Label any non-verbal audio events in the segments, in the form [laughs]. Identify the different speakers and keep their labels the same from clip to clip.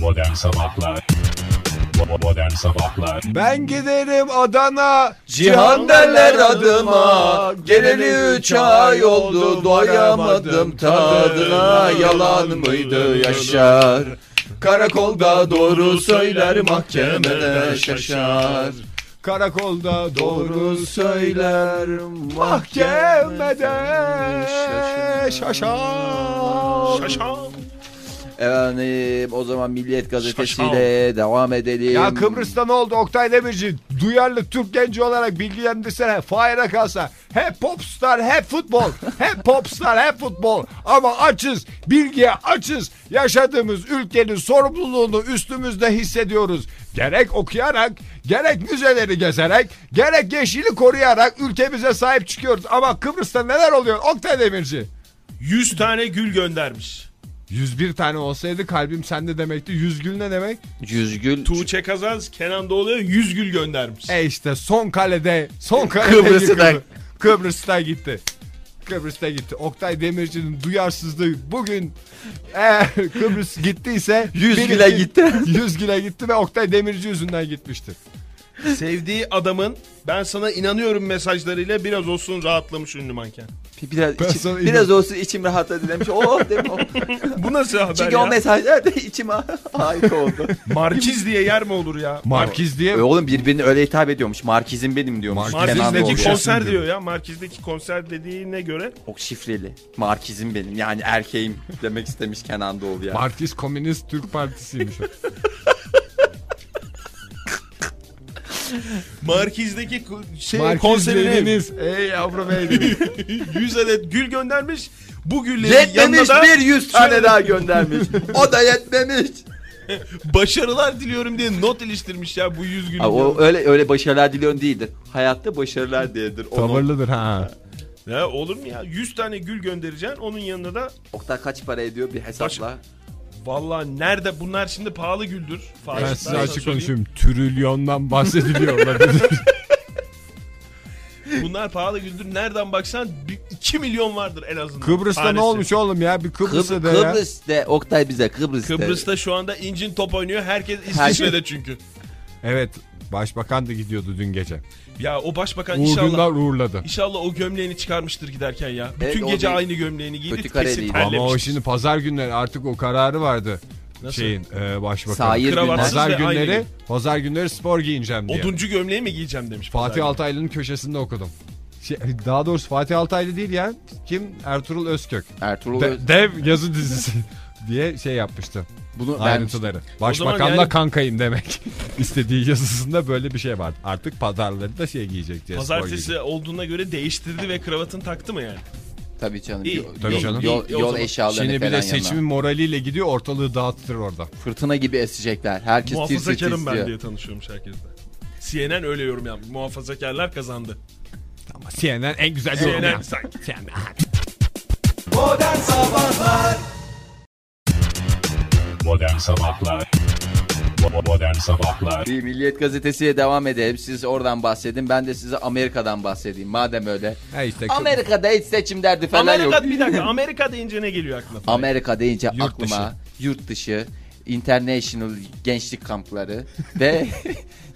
Speaker 1: Modern Sabahlar Bo- Modern Sabahlar
Speaker 2: Ben giderim Adana.
Speaker 3: Cihan derler adıma Geleli üç ay oldu Doyamadım tadına Yalan mıydı yaşar Karakolda doğru söyler Mahkemede şaşar
Speaker 2: Karakolda
Speaker 3: Doğru Ah, söyler
Speaker 2: Mahkemede şaşar.
Speaker 3: Efendim o zaman Milliyet Gazetesi'yle devam edelim.
Speaker 2: Ya Kıbrıs'ta ne oldu Oktay Demirci? Duyarlı Türk genci olarak bilgilendirsene. Fahir'e kalsa. Hep popstar hep futbol. hep popstar hep futbol. Ama açız. Bilgiye açız. Yaşadığımız ülkenin sorumluluğunu üstümüzde hissediyoruz. Gerek okuyarak, gerek müzeleri gezerek, gerek yeşili koruyarak ülkemize sahip çıkıyoruz. Ama Kıbrıs'ta neler oluyor Oktay Demirci?
Speaker 4: 100 tane gül göndermiş.
Speaker 2: 101 tane olsaydı kalbim sende demekti. 100 gül ne demek?
Speaker 3: Cüzgül
Speaker 4: Tuğçe Kazaz, Kenan Doğulu'ya 100 gül göndermiş.
Speaker 2: E işte son kalede, son kalede
Speaker 3: Kıbrıs'ı
Speaker 2: yıkıldı.
Speaker 3: da-
Speaker 2: Kıbrıs'ta gitti. Kıbrıs'ta gitti. Oktay Demirci'nin duyarsızlığı bugün eğer Kıbrıs gittiyse
Speaker 3: Yüz
Speaker 2: bilin
Speaker 3: güle
Speaker 2: ki
Speaker 3: gitti.
Speaker 2: [laughs] yüz güle gitti ve Oktay Demirci yüzünden gitmişti.
Speaker 4: Sevdiği adamın ben sana inanıyorum mesajlarıyla biraz olsun rahatlamış ünlü manken.
Speaker 3: Bir- biraz,
Speaker 2: Ben
Speaker 3: içim-
Speaker 2: sana
Speaker 3: biraz olsun içim rahatladı demiş. Oh demiş. oh.
Speaker 4: Bu nasıl haber
Speaker 3: Çünkü
Speaker 4: ya?
Speaker 3: o mesajlar da [laughs] içim ha- harika oldu.
Speaker 4: Markiz diye yer mi olur ya?
Speaker 2: Markiz diye
Speaker 3: E oğlum birbirine öyle hitap ediyormuş. Markizim benim diyormuş.
Speaker 2: Markizim
Speaker 3: Kenan
Speaker 2: de
Speaker 3: Doğulu.
Speaker 4: Markizdeki
Speaker 2: oluyor.
Speaker 4: konser diyor ya. Markizdeki konser dediğine göre
Speaker 3: O şifreli. Markizim benim. Yani erkeğim demek istemiş Kenan Doğulu ya.
Speaker 2: Markiz Komünist Türk Partisi'ymiş. o.
Speaker 4: Markizdeki ko- şey
Speaker 2: Markiz
Speaker 4: konserine
Speaker 2: dediniz. Ey yavrum ey
Speaker 3: [laughs]
Speaker 2: dediniz.
Speaker 4: 100 adet gül göndermiş. Bu güllerin
Speaker 3: Yetmemiş
Speaker 4: yanında da
Speaker 3: bir yüz tane
Speaker 4: şöyle-
Speaker 3: daha göndermiş. o da yetmemiş.
Speaker 4: başarılar diliyorum diye not iliştirmiş ya bu 100 gülün.
Speaker 3: Abi, o
Speaker 4: yanında.
Speaker 3: öyle öyle başarılar diliyorsun değildir. Hayatta başarılar diyedir. Onu...
Speaker 2: Tavırlıdır ha.
Speaker 4: Ya olur mu ya? 100 tane gül göndereceksin. Onun yanında da
Speaker 3: Oktay kaç para ediyor bir hesapla.
Speaker 4: Vallahi nerede bunlar şimdi pahalı güldür. Fahir,
Speaker 2: Ben size
Speaker 4: sana
Speaker 2: açık
Speaker 4: söyleyeyim.
Speaker 2: konuşayım. Trilyondan bahsediliyor
Speaker 4: [laughs]
Speaker 2: olabilir.
Speaker 4: Bunlar pahalı güldür. Nereden baksan 2 milyon vardır en azından.
Speaker 2: Kıbrıs'ta ne
Speaker 4: tanesi.
Speaker 2: olmuş oğlum ya? Bir Kıbrıs'ta
Speaker 3: Kıbr-
Speaker 2: da ya.
Speaker 3: Kıbrıs'ta Oktay bize Kıbrıs'ta.
Speaker 4: Kıbrıs'ta şu anda incin top oynuyor. Herkes
Speaker 3: Herkes-
Speaker 4: İsviçre'de çünkü.
Speaker 2: Evet. Başbakan da gidiyordu dün gece.
Speaker 4: Ya o başbakan
Speaker 2: Uğur
Speaker 4: inşallah
Speaker 2: Dündar uğurladı.
Speaker 4: inşallah o gömleğini çıkarmıştır giderken ya.
Speaker 3: Evet,
Speaker 4: Bütün
Speaker 3: E, o
Speaker 4: gece
Speaker 3: bir-
Speaker 4: aynı gömleğini giydi.
Speaker 3: Kötü
Speaker 4: Kesin
Speaker 3: kareliydi.
Speaker 2: Ama o
Speaker 4: terlemiştir.
Speaker 2: şimdi pazar günleri artık o kararı vardı.
Speaker 4: Nasıl?
Speaker 2: Şeyin e, başbakanın.
Speaker 3: Sahir
Speaker 4: Kravatsız
Speaker 3: günler.
Speaker 2: Pazar
Speaker 4: ve aynı
Speaker 2: günleri
Speaker 4: gün.
Speaker 2: pazar günleri spor giyineceğim diye.
Speaker 4: Oduncu gömleği mi giyeceğim demiş.
Speaker 2: Fatih
Speaker 4: pazar
Speaker 2: Altaylı'nın köşesinde okudum. Şey, daha doğrusu Fatih Altaylı değil ya. Kim? Ertuğrul Özkök.
Speaker 3: Ertuğrul Öz-
Speaker 2: De- dev yazı dizisi [laughs] diye şey yapmıştı.
Speaker 3: bunu vermiş.
Speaker 2: Ayrıntıları.
Speaker 4: zaman
Speaker 2: Başbakanla
Speaker 4: yani-
Speaker 2: kankayım demek. [laughs] İstediği yazısında böyle bir şey var. Artık pazarları da şey giyecek diye.
Speaker 4: günü.
Speaker 2: spor giyecek.
Speaker 4: Pazartesi olduğuna göre değiştirdi ve kravatını taktı mı yani?
Speaker 3: Tabii canım.
Speaker 4: İyi,
Speaker 3: Yol,
Speaker 2: tabii
Speaker 3: yol-
Speaker 2: canım.
Speaker 3: yol,
Speaker 4: İyi, o
Speaker 3: yol
Speaker 4: zaman.
Speaker 3: eşyalarını
Speaker 2: Şimdi bir
Speaker 3: falan
Speaker 2: de
Speaker 3: seçim...
Speaker 2: seçimin moraliyle gidiyor ortalığı dağıtır orada.
Speaker 3: Fırtına gibi esecekler. Herkes tir tir
Speaker 4: Muhafazakarım
Speaker 3: titriyor.
Speaker 4: ben diye tanışıyormuş herkesle. CNN öyle yorum yapmış. Muhafazakarlar kazandı.
Speaker 2: Ama CNN en güzel yorum
Speaker 4: CNN
Speaker 2: ya.
Speaker 4: sanki.
Speaker 2: CNN.
Speaker 1: Modern Sabahlar Bo- Modern Sabahlar
Speaker 3: Bir Milliyet Gazetesi'ye devam edelim. Siz oradan bahsedin. Ben de size Amerika'dan bahsedeyim. Madem öyle.
Speaker 2: Ha işte Kıbrıs-
Speaker 3: Amerika'da hiç seçim derdi falan
Speaker 4: Amerika
Speaker 3: yok.
Speaker 4: bir dakika Amerika deyince ne geliyor aklına? Fahir?
Speaker 3: Amerika deyince
Speaker 2: Yurt
Speaker 3: aklıma yurt dışı, international gençlik kampları
Speaker 2: [laughs]
Speaker 3: ve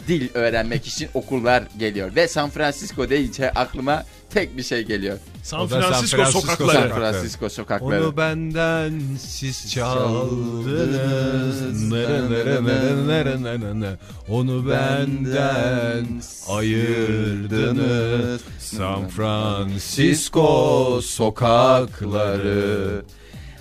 Speaker 3: dil öğrenmek için okullar geliyor. Ve San Francisco deyince aklıma tek bir şey geliyor.
Speaker 4: San
Speaker 2: O da San
Speaker 4: Francisco,
Speaker 2: Francisco
Speaker 4: sokakları.
Speaker 3: San
Speaker 2: sokakları.
Speaker 3: Francisco sokakları.
Speaker 2: Onu benden siz çaldınız. Nere nere nere nere nere nere. Onu benden ayırdınız. San Francisco sokakları.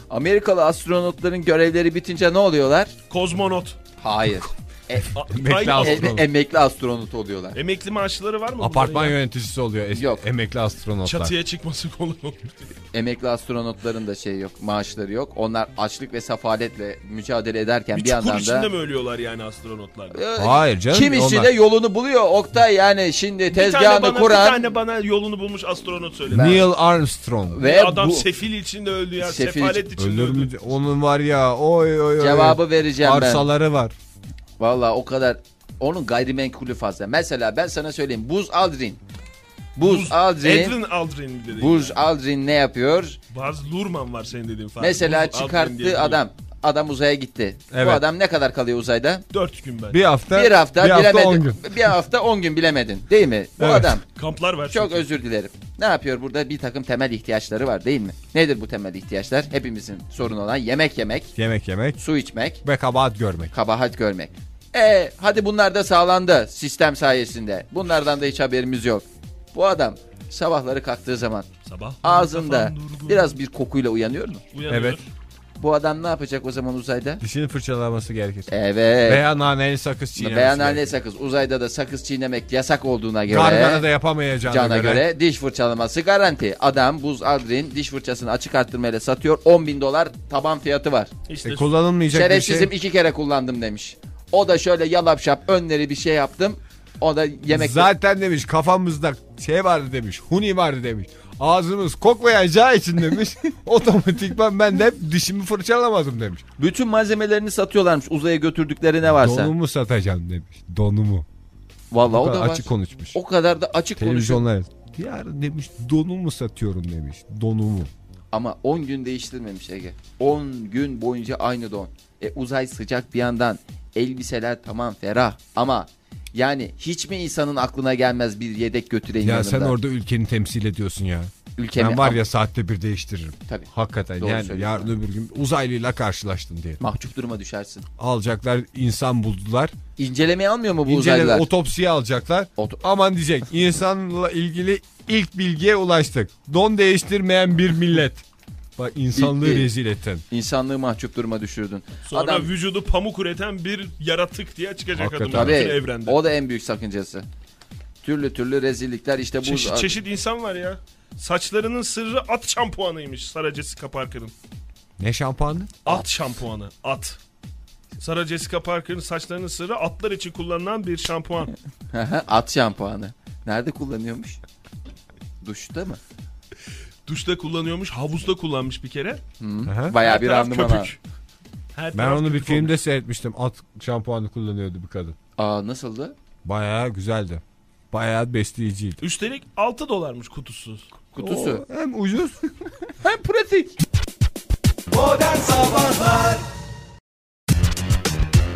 Speaker 3: Amerikalı astronotların görevleri bitince ne oluyorlar?
Speaker 4: Kozmonot.
Speaker 3: Hayır.
Speaker 4: [laughs]
Speaker 3: E-
Speaker 4: A-
Speaker 2: Emekli
Speaker 4: Ay-
Speaker 2: astronot.
Speaker 3: em- emekli astronot oluyorlar.
Speaker 4: Emekli maaşları var mı?
Speaker 2: Apartman
Speaker 4: bunların ya?
Speaker 2: yöneticisi oluyor es-
Speaker 3: Yok.
Speaker 2: emekli astronotlar.
Speaker 4: Çatıya çıkması kolay olur.
Speaker 3: Emekli astronotların da şey yok, maaşları yok. Onlar açlık ve sefaletle mücadele ederken
Speaker 4: Bir
Speaker 3: bir
Speaker 4: çukur
Speaker 3: yandan
Speaker 4: içinde
Speaker 3: da
Speaker 4: mi ölüyorlar yani astronotlar?
Speaker 3: Ee,
Speaker 2: Hayır canım,
Speaker 3: Kim işi
Speaker 2: onlar-
Speaker 3: de yolunu buluyor. Oktay yani şimdi
Speaker 4: Bir tane,
Speaker 3: tezgahını
Speaker 4: bana, bir
Speaker 3: kuran
Speaker 4: tane bana yolunu bulmuş astronot söyledi.
Speaker 2: Neil Armstrong.
Speaker 3: ve
Speaker 4: Bir Adam
Speaker 3: bu
Speaker 4: sefil içinde öldü ya.
Speaker 3: Sefil
Speaker 4: Sefalet içinde
Speaker 2: Ölür
Speaker 4: öldü.
Speaker 2: mü? Onun var ya. Oy oy oy.
Speaker 3: cevabı vereceğim ben.
Speaker 2: Arsaları var.
Speaker 3: Valla o kadar onun gayrimenkulü fazla. Mesela ben sana söyleyeyim. Buz Aldrin. Buz, Aldrin.
Speaker 4: Edwin Aldrin mi dedi?
Speaker 3: Buz Aldrin ne yapıyor?
Speaker 4: Baz Luhrmann var senin dediğin falan.
Speaker 3: Mesela
Speaker 4: Buzz Aldrin diye
Speaker 3: çıkarttığı
Speaker 4: biliyorum.
Speaker 3: adam Adam uzaya gitti. Bu
Speaker 2: Evet.
Speaker 3: adam ne kadar kalıyor uzayda?
Speaker 4: 4 gün ben.
Speaker 2: Bir hafta,
Speaker 3: bir hafta,
Speaker 2: bir hafta
Speaker 3: bilemedin.
Speaker 2: 10 gün.
Speaker 3: Bir hafta 10 gün bilemedin değil mi? Bu
Speaker 2: Evet.
Speaker 3: adam
Speaker 4: Kamplar var.
Speaker 3: çok özür dilerim. Ne yapıyor burada? Bir takım temel ihtiyaçları var değil mi? Nedir bu temel ihtiyaçlar? Hepimizin sorunu olan yemek yemek,
Speaker 2: Yemek yemek
Speaker 3: su içmek,
Speaker 2: ve kabahat görmek.
Speaker 3: kabahat görmek. E hadi bunlar da sağlandı sistem sayesinde. Bunlardan da hiç haberimiz yok. Bu adam sabahları kalktığı zaman
Speaker 4: Sabah.
Speaker 3: ağzında
Speaker 4: Kafam durgun.
Speaker 3: biraz bir kokuyla uyanıyor mu?
Speaker 4: Uyanıyor.
Speaker 2: Evet.
Speaker 3: Bu adam ne yapacak o zaman uzayda?
Speaker 2: Dişini fırçalaması gerekir.
Speaker 3: Evet.
Speaker 2: Veya naneli sakız çiğnemesi
Speaker 3: Beyanhane
Speaker 2: gerekir.
Speaker 3: sakız. Uzayda da sakız çiğnemek yasak olduğuna göre.
Speaker 2: Gargara da yapamayacağına
Speaker 3: Cana
Speaker 2: göre.
Speaker 3: göre. diş fırçalaması garanti. Adam Buz Adrin diş fırçasını açık arttırmayla satıyor. 10 bin dolar taban fiyatı var.
Speaker 4: İşte
Speaker 2: E, kullanılmayacak bir
Speaker 3: Şerefsizim
Speaker 2: şey.
Speaker 3: iki kere kullandım demiş. O da şöyle yalap şap önleri bir şey yaptım. O da yemek...
Speaker 2: Zaten demiş kafamızda şey vardı demiş. Huni vardı demiş. Ağzımız kokmayacağı için demiş. [laughs] otomatikman ben de hep dişimi fırçalamadım demiş.
Speaker 3: Bütün malzemelerini satıyorlarmış uzaya götürdükleri ne varsa.
Speaker 2: Donumu satacağım demiş. Donumu.
Speaker 3: Vallahi o da var.
Speaker 2: açık konuşmuş.
Speaker 3: O kadar da açık konuşuyor.
Speaker 2: Televizyonlar. Yarın demiş donumu satıyorum demiş. Donumu.
Speaker 3: Ama 10 gün değiştirmemiş Ege. 10 gün boyunca aynı don. E, uzay sıcak bir yandan. Elbiseler tamam ferah ama yani hiç mi insanın aklına gelmez bir yedek götüreyim
Speaker 2: Ya
Speaker 3: yanında?
Speaker 2: sen orada ülkeni temsil ediyorsun ya.
Speaker 3: Ülkemi
Speaker 2: ben var ya saatte bir değiştiririm.
Speaker 3: Tabii.
Speaker 2: Hakikaten
Speaker 3: Doğru
Speaker 2: yani
Speaker 3: söylüyorsun.
Speaker 2: yarın öbür gün uzaylıyla karşılaştın diye.
Speaker 3: mahcup duruma düşersin.
Speaker 2: Alacaklar insan buldular.
Speaker 3: İncelemeye almıyor mu bu
Speaker 2: İncele
Speaker 3: uzaylılar?
Speaker 2: otopsiye alacaklar.
Speaker 3: Oto-
Speaker 2: Aman diyecek insanla ilgili ilk bilgiye ulaştık. Don değiştirmeyen bir millet. Bak insanlığı
Speaker 3: İlk-
Speaker 2: rezil ettin.
Speaker 3: İnsanlığı mahcup duruma düşürdün.
Speaker 4: Sonra
Speaker 3: Adam
Speaker 4: vücudu pamuk üreten bir yaratık diye çıkacak
Speaker 2: Hakikaten.
Speaker 4: adamın
Speaker 3: tabii
Speaker 4: bütün evrende.
Speaker 3: o da en büyük sakıncası. Türlü türlü rezillikler işte bu.
Speaker 4: Çeşit çeşit insan var ya. Saçlarının sırrı at şampuanıymış Sara Jessica Parker'ın.
Speaker 2: Ne şampuanı?
Speaker 4: At şampuanı. At. Sara Jessica Parker'ın saçlarının sırrı atlar için kullanılan bir şampuan.
Speaker 3: At şampuanı. Nerede kullanıyormuş? Duşta mı?
Speaker 4: Duşta kullanıyormuş, havuzda kullanmış bir kere.
Speaker 2: Aha.
Speaker 3: Bayağı
Speaker 4: Her
Speaker 3: bir
Speaker 4: taraf
Speaker 3: randıman ha.
Speaker 4: köpük. Her
Speaker 2: Ben
Speaker 4: taraf
Speaker 2: onu bir
Speaker 4: köpük
Speaker 2: filmde
Speaker 4: olmuş.
Speaker 2: seyretmiştim. At şampuanı kullanıyordu bir kadın.
Speaker 3: Aa nasıldı?
Speaker 2: Bayağı güzeldi. Bayağı besleyiciydi.
Speaker 4: Üstelik 6 dolarmış kutusu.
Speaker 3: Kutusu.
Speaker 2: O hem ucuz [laughs]
Speaker 3: Hem pratik.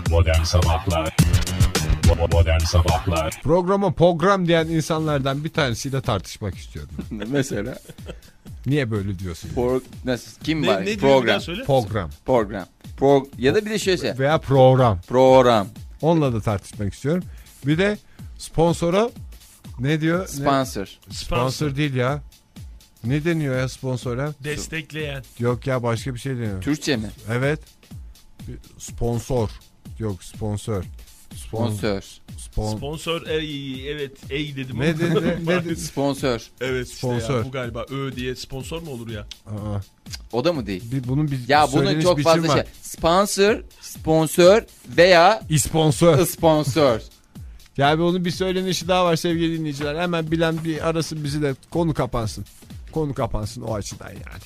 Speaker 1: Modern Sabahlar Modern Sabahlar
Speaker 2: Programa program diyen insanlardan bir tanesiyle tartışmak istiyorum.
Speaker 3: [laughs] Mesela
Speaker 2: Niye böyle diyorsun?
Speaker 3: Pro- nasıl kim
Speaker 4: Ne,
Speaker 3: var?
Speaker 4: ne diyor bir daha
Speaker 3: program.
Speaker 4: söyle.
Speaker 2: Program
Speaker 3: Program. Pro- ya da bir de şöyle söyle.
Speaker 2: veya program.
Speaker 3: Program.
Speaker 2: Onunla da tartışmak istiyorum. Bir de sponsora ne diyor? Ne?
Speaker 3: Sponsor.
Speaker 4: Sponsor.
Speaker 2: Sponsor değil ya. Ne deniyor ya sponsora?
Speaker 4: Destekleyen.
Speaker 2: Yok ya başka bir şey deniyor.
Speaker 3: Türkçe mi?
Speaker 2: Evet. Bir Sponsor. Yok sponsor. Spon-
Speaker 3: Sponsor.
Speaker 2: spon-
Speaker 4: Sponsor ey, evet ey dedim.
Speaker 2: Ne
Speaker 4: [laughs]
Speaker 2: dedi- ne-
Speaker 3: [laughs]
Speaker 2: ne dedi?
Speaker 3: Sponsor.
Speaker 4: Evet işte
Speaker 2: Sponsor.
Speaker 4: ya bu galiba ö diye sponsor mu olur ya?
Speaker 2: Aa,
Speaker 3: O da mı değil?
Speaker 2: bir, bunun bir
Speaker 3: Ya bunun
Speaker 2: söyleniş
Speaker 3: çok
Speaker 2: biçimi
Speaker 3: fazla şey.
Speaker 2: var.
Speaker 3: Sponsor, sponsor veya
Speaker 2: İsponsor.
Speaker 3: sponsor.
Speaker 2: Ya bir onun bir söylenişi daha var sevgili dinleyiciler. Hemen bilen bir arasın bizi de konu kapansın. Konu kapansın o açıdan yani.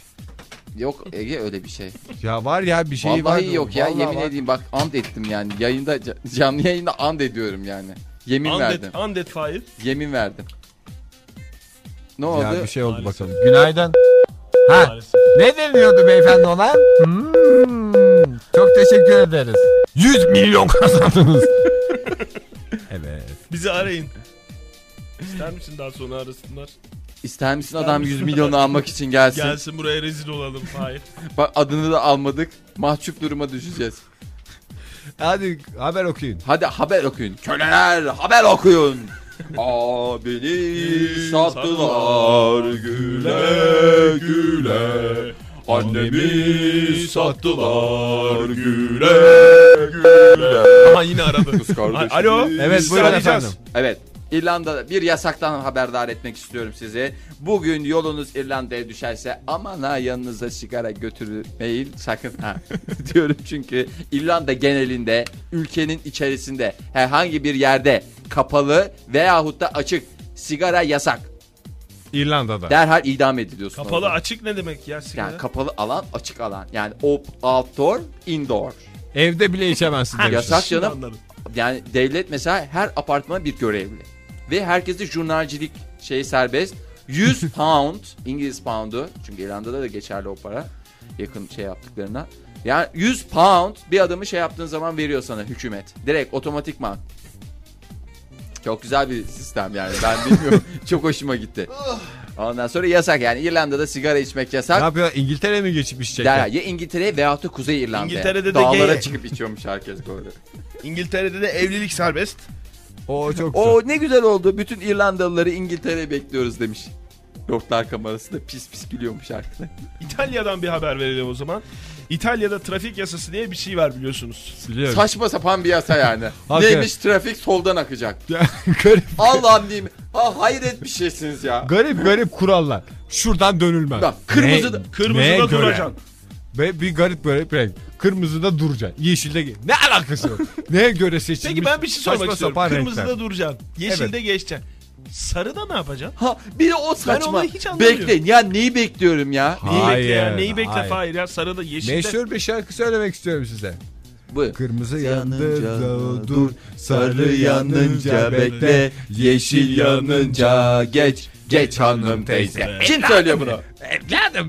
Speaker 3: Yok Ege öyle bir şey.
Speaker 2: Ya var ya bir şey var.
Speaker 3: Vallahi yok ya
Speaker 2: Vallahi
Speaker 3: yemin
Speaker 2: var.
Speaker 3: edeyim bak and ettim yani. Yayında ca- canlı yayında and ediyorum yani. Yemin verdim.
Speaker 4: Undead, undead fire.
Speaker 3: Yemin verdim. Ne oldu?
Speaker 2: Ya bir şey oldu
Speaker 4: Maalesef.
Speaker 2: bakalım. Günaydın. Ha.
Speaker 4: Maalesef.
Speaker 2: Ne deniyordu beyefendi ona? Hmm, çok teşekkür ederiz. 100 milyon
Speaker 4: [laughs]
Speaker 2: kazandınız. evet.
Speaker 4: Bizi arayın. İster misin daha sonra arasınlar?
Speaker 3: İster misin adam 100 [laughs] milyonu almak için gelsin?
Speaker 4: Gelsin buraya rezil olalım Fahir.
Speaker 3: Bak adını da almadık. Mahcup duruma düşeceğiz.
Speaker 2: Hadi haber okuyun.
Speaker 3: Hadi haber okuyun. Köleler haber [laughs] okuyun. Aa beni sattılar güle güle. Annemi sattılar güle güle.
Speaker 4: Aha yine aradı.
Speaker 3: Kız kardeşim.
Speaker 4: Alo.
Speaker 2: Evet
Speaker 4: Biz
Speaker 2: buyurun
Speaker 4: arayacağız.
Speaker 2: efendim.
Speaker 3: Evet. İrlanda'da bir yasaktan haberdar etmek istiyorum sizi. Bugün yolunuz İrlanda'ya düşerse aman ha yanınıza sigara götürmeyin sakın ha
Speaker 4: [laughs]
Speaker 3: [laughs] diyorum çünkü İrlanda genelinde ülkenin içerisinde herhangi bir yerde kapalı veyahut da açık sigara yasak.
Speaker 2: İrlanda'da.
Speaker 3: Derhal idam ediliyorsun.
Speaker 4: Kapalı
Speaker 3: orada.
Speaker 4: açık ne demek ya sigara?
Speaker 3: yani kapalı alan açık alan yani op, outdoor indoor.
Speaker 2: Evde bile içemezsin demişiz.
Speaker 3: Yasak
Speaker 4: Şimdi
Speaker 3: canım
Speaker 4: anladım.
Speaker 3: yani devlet mesela her apartmana bir görevli. Ve herkesi jurnalcilik şey serbest.
Speaker 4: [laughs]
Speaker 3: 100 pound İngiliz poundu çünkü İrlanda'da da geçerli o para yakın şey yaptıklarına. Yani 100 pound bir adamı şey yaptığın zaman veriyor sana hükümet. Direkt otomatikman. Çok güzel bir sistem yani ben
Speaker 4: [laughs]
Speaker 3: bilmiyorum. Çok hoşuma gitti. Ondan sonra yasak yani İrlanda'da sigara içmek
Speaker 2: Ne
Speaker 3: yasak.
Speaker 2: yapıyor? İngiltere mi geçip içecekler?
Speaker 3: Derhal ya İngiltere veyahut da Kuzey İrlanda.
Speaker 4: şey İngiltere'de de
Speaker 3: Dağlara
Speaker 4: gay-
Speaker 3: çıkıp içiyormuş herkes böyle.
Speaker 4: İngiltere'de de evlilik serbest.
Speaker 2: O çok
Speaker 3: O ne güzel oldu. Bütün İrlandalıları İngiltere'ye bekliyoruz demiş. Lordlar kamerasında pis pis gülüyormuş arkada.
Speaker 4: İtalya'dan bir haber verelim o zaman. İtalya'da trafik yasası diye bir şey var biliyorsunuz.
Speaker 2: biliyorum.
Speaker 3: Saçma sapan bir yasa yani.
Speaker 2: [laughs] Hakikaten.
Speaker 3: Neymiş trafik
Speaker 2: [laughs]
Speaker 3: soldan akacak.
Speaker 2: Ya, garip,
Speaker 3: Allah'ım diyeyim. Ha hayret bir şeysiniz ya.
Speaker 2: garip garip kurallar. Şuradan dönülmez.
Speaker 3: Lan, kırmızı da-
Speaker 2: neye
Speaker 4: Kırmızıda
Speaker 2: göre?
Speaker 4: duracaksın.
Speaker 2: Ve bir garip böyle bir renk. Kırmızıda duracaksın. Yeşilde ge- ne alakası var? Neye göre seçilmiş?
Speaker 4: Peki ben bir şey
Speaker 2: saçma
Speaker 4: sormak istiyorum.
Speaker 2: sapan
Speaker 4: Kırmızıda
Speaker 2: renkler.
Speaker 4: duracaksın. Yeşilde geçeceksin. Sarıda ne yapacaksın?
Speaker 3: Ha bir de o saçma.
Speaker 4: onu hiç anlamıyorum.
Speaker 3: Bekleyin ya neyi bekliyorum ya?
Speaker 2: Ha.
Speaker 4: Neyi bekle ya?
Speaker 2: Hayır,
Speaker 4: Neyi bekle
Speaker 2: hayır.
Speaker 4: Fahir ya? Sarıda yeşilde.
Speaker 2: Meşhur bir şarkı söylemek istiyorum size.
Speaker 3: Bu.
Speaker 2: Kırmızı
Speaker 3: Yanınca
Speaker 2: yanınca dur,
Speaker 3: dur,
Speaker 2: sarı yanınca bekle, yeşil yanınca
Speaker 3: geç,
Speaker 2: geç hanım teyze.
Speaker 3: Kim söylüyor bunu?
Speaker 2: Evladım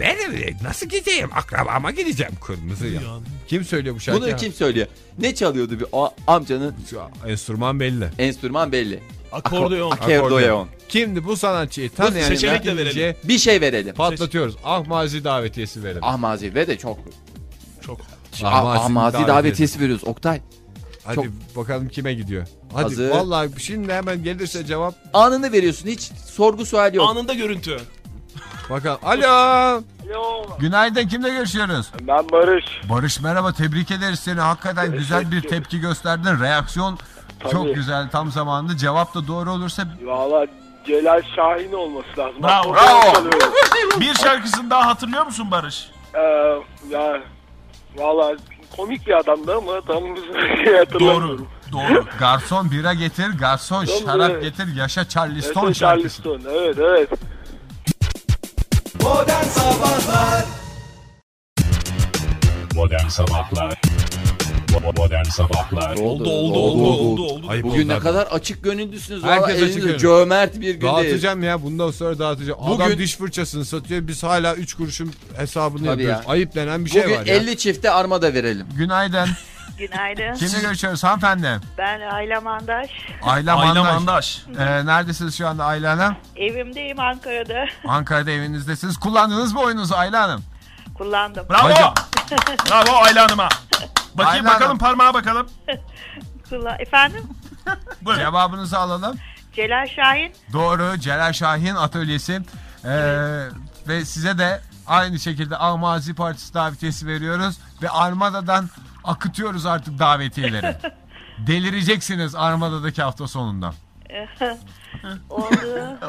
Speaker 2: benim nasıl gideyim? Akrabama gideceğim. Kırmızı yan. Kim söylüyor bu şarkıyı?
Speaker 3: Bunu kim söylüyor? Ne çalıyordu bir o amcanın
Speaker 2: Şu Enstrüman belli.
Speaker 3: enstrüman belli.
Speaker 4: Akordeon.
Speaker 3: Ak- Akordeon.
Speaker 2: Kimdi bu sanatçıyı tanıyan
Speaker 4: seçenek de
Speaker 2: dinleyiciye
Speaker 4: verelim.
Speaker 3: Bir şey verelim.
Speaker 2: patlatıyoruz. Ahmazi davetiyesi verelim.
Speaker 3: Ahmazi ve de çok.
Speaker 4: Çok.
Speaker 3: Ahmazi, Ah, davetiyesi. veriyoruz Oktay.
Speaker 2: Hadi
Speaker 3: çok-
Speaker 2: bakalım kime gidiyor. Hadi
Speaker 3: Hazır.
Speaker 2: vallahi şimdi hemen gelirse cevap
Speaker 3: Anını veriyorsun hiç sorgu sual yok.
Speaker 4: Anında görüntü.
Speaker 2: bakalım. Alo.
Speaker 5: Alo.
Speaker 2: Günaydın kimle görüşüyoruz?
Speaker 5: Ben Barış.
Speaker 2: Barış merhaba tebrik ederiz seni. Hakikaten güzel bir tepki gösterdin. Reaksiyon çok
Speaker 5: Tabii.
Speaker 2: güzel tam zamanında. Cevap da doğru olursa
Speaker 5: Valla Celal Şahin olması lazım.
Speaker 4: Bravo.
Speaker 5: Akordeon çalıyorum.
Speaker 4: Bir şarkısını daha hatırlıyor musun Barış?
Speaker 5: Ee, ya valla komik bir adamdı ama tam bir şey [laughs] hatırlamıyorum.
Speaker 4: Doğru. Doğru.
Speaker 2: garson bira getir, garson
Speaker 5: Tabii.
Speaker 2: şarap getir, yaşa Charleston
Speaker 5: Evet,
Speaker 2: şarkısı.
Speaker 5: Charleston. Evet evet.
Speaker 1: Modern Sabahlar Modern Sabahlar
Speaker 4: Oldu oldu oldu oldu oldu.
Speaker 2: Ayıp
Speaker 3: Bugün ne
Speaker 2: oldu.
Speaker 3: kadar açık gönüllüsünüz.
Speaker 2: Herkes
Speaker 3: Herkes
Speaker 2: açık gönüllü.
Speaker 3: Cömert bir gündeyiz.
Speaker 2: Dağıtacağım ya bundan sonra dağıtacağım. Adam
Speaker 3: Bugün-
Speaker 2: diş fırçasını satıyor biz hala 3 kuruşun hesabını
Speaker 3: Tabii
Speaker 2: yapıyoruz.
Speaker 3: ya.
Speaker 2: Ayıp denen bir şey
Speaker 3: Bugün
Speaker 2: var ya.
Speaker 3: 50 çifte armada verelim.
Speaker 2: Günaydın.
Speaker 6: Günaydın.
Speaker 2: Kimle görüşüyoruz hanımefendi?
Speaker 6: Ben Ayla Mandaş.
Speaker 2: Ayla
Speaker 4: Ayla
Speaker 2: Mandaş.
Speaker 4: Mandaş.
Speaker 2: Ee, neredesiniz şu anda Ayla Hanım?
Speaker 6: Evimdeyim Ankara'da. [laughs]
Speaker 2: Ankara'da evinizdesiniz. Kullandınız mı oyununuzu Ayla Hanım?
Speaker 6: Kullandım.
Speaker 4: Bravo.
Speaker 2: Hocam.
Speaker 4: [laughs] Bravo Ayla Hanım'a. Bakayım
Speaker 2: Ayla Hanım.
Speaker 4: bakalım parmağa bakalım.
Speaker 6: Kullan- Efendim?
Speaker 4: Buyurun.
Speaker 2: Cevabınızı alalım.
Speaker 6: Celal Şahin.
Speaker 2: Doğru Celal Şahin atölyesi. Ee, ve size de aynı şekilde Ahmazi Partisi davetiyesi veriyoruz ve Armada'dan akıtıyoruz artık davetiyeleri. Delireceksiniz Armada'daki hafta sonunda.
Speaker 6: Oldu.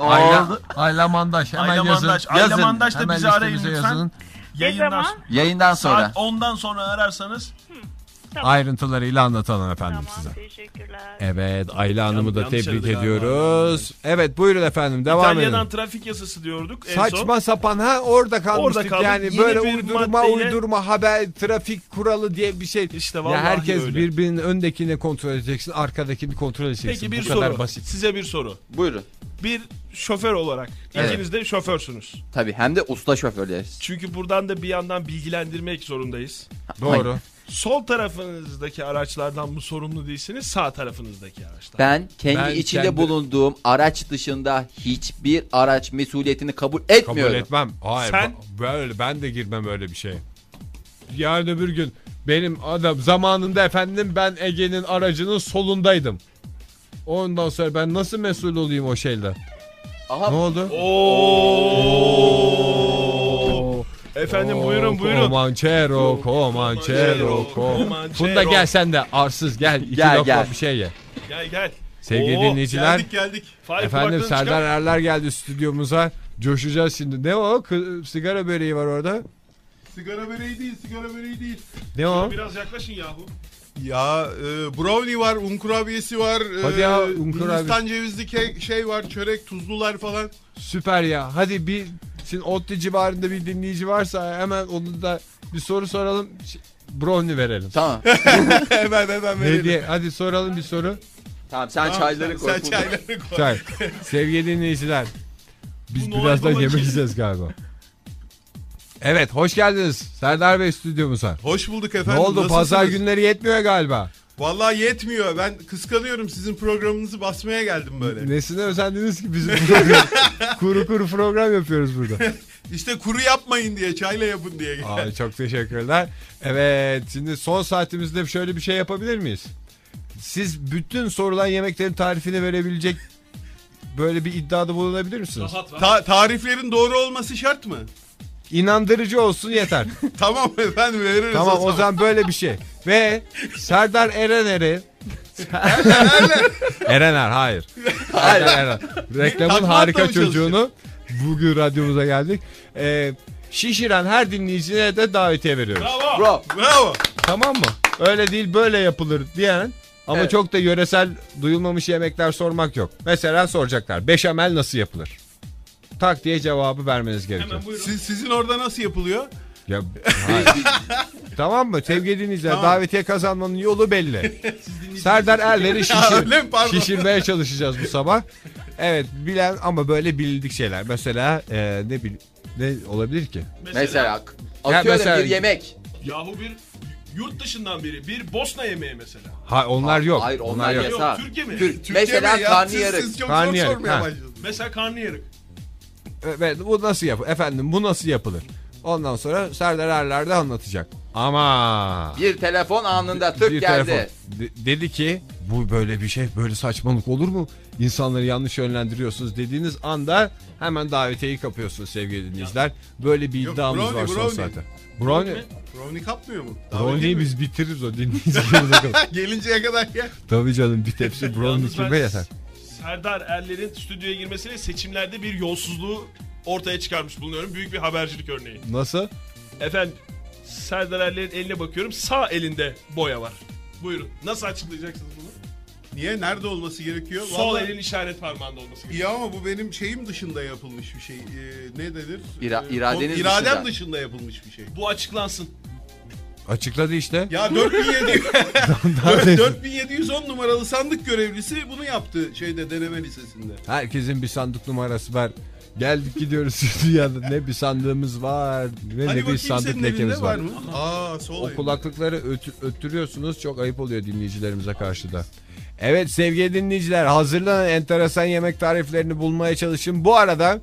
Speaker 2: Ayla, Ayla Mandaş hemen
Speaker 4: Ayla
Speaker 2: yazın.
Speaker 4: Mandaş. Ayla
Speaker 3: Yazın.
Speaker 4: Mandaş da
Speaker 2: Hemen
Speaker 4: bizi arayın
Speaker 2: listemize
Speaker 4: lütfen.
Speaker 2: yazın.
Speaker 6: Ne
Speaker 4: Yayından
Speaker 6: zaman?
Speaker 4: sonra.
Speaker 3: Yayından sonra.
Speaker 4: Saat 10'dan sonra ararsanız
Speaker 2: Ayrıntılarıyla anlatalım efendim
Speaker 6: tamam
Speaker 2: size.
Speaker 6: teşekkürler.
Speaker 2: Evet Ayla Hanım'ı da
Speaker 4: yanlış
Speaker 2: tebrik
Speaker 4: aradı galiba.
Speaker 2: ediyoruz. Evet buyurun efendim devam
Speaker 4: İtalya'dan
Speaker 2: edin.
Speaker 4: trafik yasası diyorduk en son.
Speaker 2: Saçma sapan ha orada kalmıştık
Speaker 4: Orada kaldık.
Speaker 2: yani
Speaker 4: Yeni
Speaker 2: böyle
Speaker 4: bir
Speaker 2: uydurma
Speaker 4: maddeyle-
Speaker 2: uydurma haber trafik kuralı diye bir şey.
Speaker 4: İşte
Speaker 2: ya
Speaker 4: vallahi
Speaker 2: herkes
Speaker 4: öyle.
Speaker 2: birbirinin öndekini kontrol edeceksin arkadakini kontrol edeceksin.
Speaker 4: Peki bir
Speaker 2: Bu
Speaker 4: soru.
Speaker 2: kadar basit.
Speaker 4: Size bir soru.
Speaker 3: Buyurun.
Speaker 4: Bir şoför olarak
Speaker 3: Evet.
Speaker 4: ikiniz de şoförsünüz.
Speaker 3: Tabii hem de usta şoförleriz.
Speaker 4: Çünkü buradan da bir yandan bilgilendirmek zorundayız.
Speaker 2: Doğru.
Speaker 4: Sol tarafınızdaki araçlardan mı sorumlu değilsiniz, sağ tarafınızdaki araçlar.
Speaker 3: Ben kendi
Speaker 2: Ben
Speaker 3: içinde
Speaker 2: kendi-
Speaker 3: bulunduğum araç dışında hiçbir araç mesuliyetini kabul etmiyorum.
Speaker 2: Kabul etmem. Hayır.
Speaker 4: Sen-
Speaker 2: ba- Böyle ben de girmem öyle bir şeye. Yarın öbür gün benim adam zamanında efendim ben Ege'nin aracının solundaydım. Ondan sonra ben nasıl mesul olayım o şeyle?
Speaker 3: Aha,
Speaker 2: Ne oldu? Oo.
Speaker 4: Efendim buyurun buyurun.
Speaker 2: Comanchero, Comanchero, Comanchero.
Speaker 4: Comanchero.
Speaker 2: Funda gel sen de arsız gel. iki
Speaker 3: Gel,
Speaker 2: lokma
Speaker 3: gel.
Speaker 2: bir şey ye.
Speaker 4: Gel gel.
Speaker 2: Sevgili dinleyiciler.
Speaker 4: Geldik geldik. Fahir
Speaker 2: Efendim
Speaker 4: kulaklarını çıkar.
Speaker 2: Serdar Erler geldi stüdyomuza. Coşacağız şimdi. Ne o? Kı- sigara böreği var orada.
Speaker 7: Sigara böreği değil, sigara böreği değil.
Speaker 2: Ne o?
Speaker 4: Biraz yaklaşın yahu.
Speaker 7: Ya e, brownie var, un kurabiyesi var. e,
Speaker 2: Hadi ya, un kurabiyesi.
Speaker 7: Hindistan cevizli ke- şey var, çörek, tuzlular falan.
Speaker 2: Süper ya. Hadi bir şimdi ODTÜ civarında bir dinleyici varsa hemen onu da bir soru soralım. Ş- Brownie verelim.
Speaker 3: Tamam.
Speaker 7: hemen hemen
Speaker 2: Ne
Speaker 7: verelim.
Speaker 2: diye? Hadi soralım bir soru.
Speaker 3: Tamam sen çayları koy.
Speaker 7: Sen çayları koy. [laughs]
Speaker 2: Çay. Sevgili dinleyiciler. Biz
Speaker 4: Bu Noel
Speaker 2: birazdan
Speaker 4: Baba
Speaker 2: yemek
Speaker 4: kim?
Speaker 2: yiyeceğiz galiba. Evet hoş geldiniz Serdar Bey stüdyomuza.
Speaker 7: Hoş bulduk
Speaker 2: Ne
Speaker 7: efendim.
Speaker 2: oldu
Speaker 7: Nasılsınız?
Speaker 2: pazar günleri yetmiyor galiba.
Speaker 7: Vallahi yetmiyor. Ben kıskanıyorum sizin programınızı basmaya geldim böyle.
Speaker 2: Nesine özendiniz ki bizim [laughs] program? kuru kuru program yapıyoruz burada.
Speaker 7: İşte kuru yapmayın diye çayla yapın diye.
Speaker 2: Ay çok teşekkürler. Evet şimdi son saatimizde şöyle bir şey yapabilir miyiz? Siz bütün sorulan yemeklerin tarifini verebilecek böyle bir iddiada bulunabilir misiniz?
Speaker 7: Ta- tariflerin doğru olması şart mı? [laughs]
Speaker 2: İnandırıcı olsun yeter.
Speaker 7: tamam efendim veririz
Speaker 2: tamam o zaman böyle bir şey. Ve Serdar Erener'i Erener hayır. Serdar Erener. Reklamın
Speaker 7: Takla
Speaker 2: harika
Speaker 7: atla mı
Speaker 2: çocuğunu bugün radyomuza geldik. Ee, şişiren her dinleyicine de davetiye veriyoruz.
Speaker 3: Bro.
Speaker 7: Bravo.
Speaker 2: Tamam mı? Öyle değil böyle yapılır diyen ama
Speaker 3: Evet.
Speaker 2: çok da yöresel duyulmamış yemekler sormak yok. Mesela soracaklar beşamel nasıl yapılır? Tak diye cevabı vermeniz gerekiyor.
Speaker 7: Siz, sizin orada nasıl yapılıyor?
Speaker 2: Ya, hayır.
Speaker 7: [laughs]
Speaker 2: tamam mı? Sevgili dinleyiciler
Speaker 7: Tamam.
Speaker 2: davetiye kazanmanın yolu
Speaker 7: [laughs]
Speaker 2: belli. Serdar Erler'i şişir,
Speaker 7: öyle mi? Pardon. [laughs]
Speaker 2: şişirmeye çalışacağız bu sabah. Evet bilen ama böyle bilindik şeyler. Mesela e, ne bil ne olabilir ki?
Speaker 3: Mesela atıyorum
Speaker 2: mesela-
Speaker 3: bir yemek.
Speaker 4: Yahu bir yurt dışından biri bir Bosna yemeği mesela.
Speaker 2: Ha onlar yok.
Speaker 3: Hayır onlar,
Speaker 2: yok.
Speaker 3: yasak.
Speaker 4: Yok, Türkiye mi?
Speaker 3: Türk-
Speaker 7: Türkiye
Speaker 3: Mesela
Speaker 7: mi ya?
Speaker 3: karnıyarık.
Speaker 7: Siz, siz çok
Speaker 2: Karnıyarık,
Speaker 7: zor sormaya
Speaker 2: ha.
Speaker 7: başladınız.
Speaker 4: Mesela karnıyarık.
Speaker 2: Evet bu nasıl yapılır? Efendim bu nasıl yapılır? Ondan sonra Serdar Erler de anlatacak. Ama
Speaker 3: Bir telefon anında tık
Speaker 2: bir
Speaker 3: geldi.
Speaker 2: telefon. De- dedi ki bu böyle bir şey böyle saçmalık olur mu? İnsanları yanlış yönlendiriyorsunuz dediğiniz anda hemen davetiyeyi kapıyorsunuz sevgili dinleyiciler. Böyle bir
Speaker 7: Yok,
Speaker 2: iddiamız
Speaker 7: brownie,
Speaker 2: var son
Speaker 7: brownie.
Speaker 2: zaten. Brownie.
Speaker 7: Brownie kapmıyor mu?
Speaker 2: Brownie'yi biz bitiririz o dinleyicilerimize kadar.
Speaker 7: [laughs] Gelinceye kadar ya.
Speaker 2: Tabii canım bir tepsi brownie
Speaker 4: Yalnız ben
Speaker 2: kime yeter?
Speaker 4: Serdar Erler'in stüdyoya girmesiyle seçimlerde bir yolsuzluğu ortaya çıkarmış bulunuyorum. Büyük bir habercilik örneği.
Speaker 2: Nasıl?
Speaker 4: Efendim Serdar Erler'in eline bakıyorum. Sağ elinde boya var. Buyurun. Nasıl açıklayacaksınız bunu?
Speaker 7: Niye? Nerede olması gerekiyor?
Speaker 4: Sol
Speaker 7: Vallahi-
Speaker 4: elin işaret parmağında olması gerekiyor.
Speaker 7: Ya ama bu benim şeyim dışında yapılmış bir şey. Ee, ne denir?
Speaker 3: İra-
Speaker 7: Ee,
Speaker 3: iradeniz
Speaker 7: iradem
Speaker 3: dışında.
Speaker 7: yapılmış bir şey.
Speaker 4: Bu açıklansın.
Speaker 2: Açıkladı işte. [laughs]
Speaker 7: Ya 4700
Speaker 2: neyse.
Speaker 7: 4710 numaralı sandık görevlisi bunu yaptı şeyde deneme lisesinde.
Speaker 2: Herkesin bir sandık numarası var. Geldik gidiyoruz [laughs] dünyada ne bir sandığımız var ne,
Speaker 7: Hani
Speaker 2: ne bir
Speaker 7: bakayım
Speaker 2: sandık
Speaker 7: senin evinde
Speaker 2: lekemiz var.
Speaker 7: var mı? Aa sol
Speaker 2: O
Speaker 7: elinde.
Speaker 2: kulaklıkları ötü- öttürüyorsunuz çok ayıp oluyor dinleyicilerimize karşı da. Evet sevgili dinleyiciler hazırlanın enteresan yemek tariflerini bulmaya çalışın. Bu arada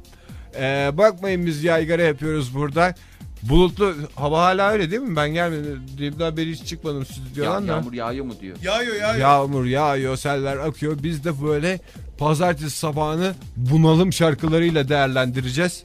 Speaker 2: e, bakmayın biz yaygara yapıyoruz burada. Bulutlu hava hala öyle değil mi? Ben gelmedim. Dibda beri hiç çıkmadım
Speaker 3: Ya-
Speaker 2: stüdyodan da.
Speaker 3: yağmur yağıyor mu diyor.
Speaker 7: Yağıyor yağıyor.
Speaker 2: Yağmur yağıyor, seller akıyor. Biz de böyle pazartesi sabahını bunalım şarkılarıyla değerlendireceğiz.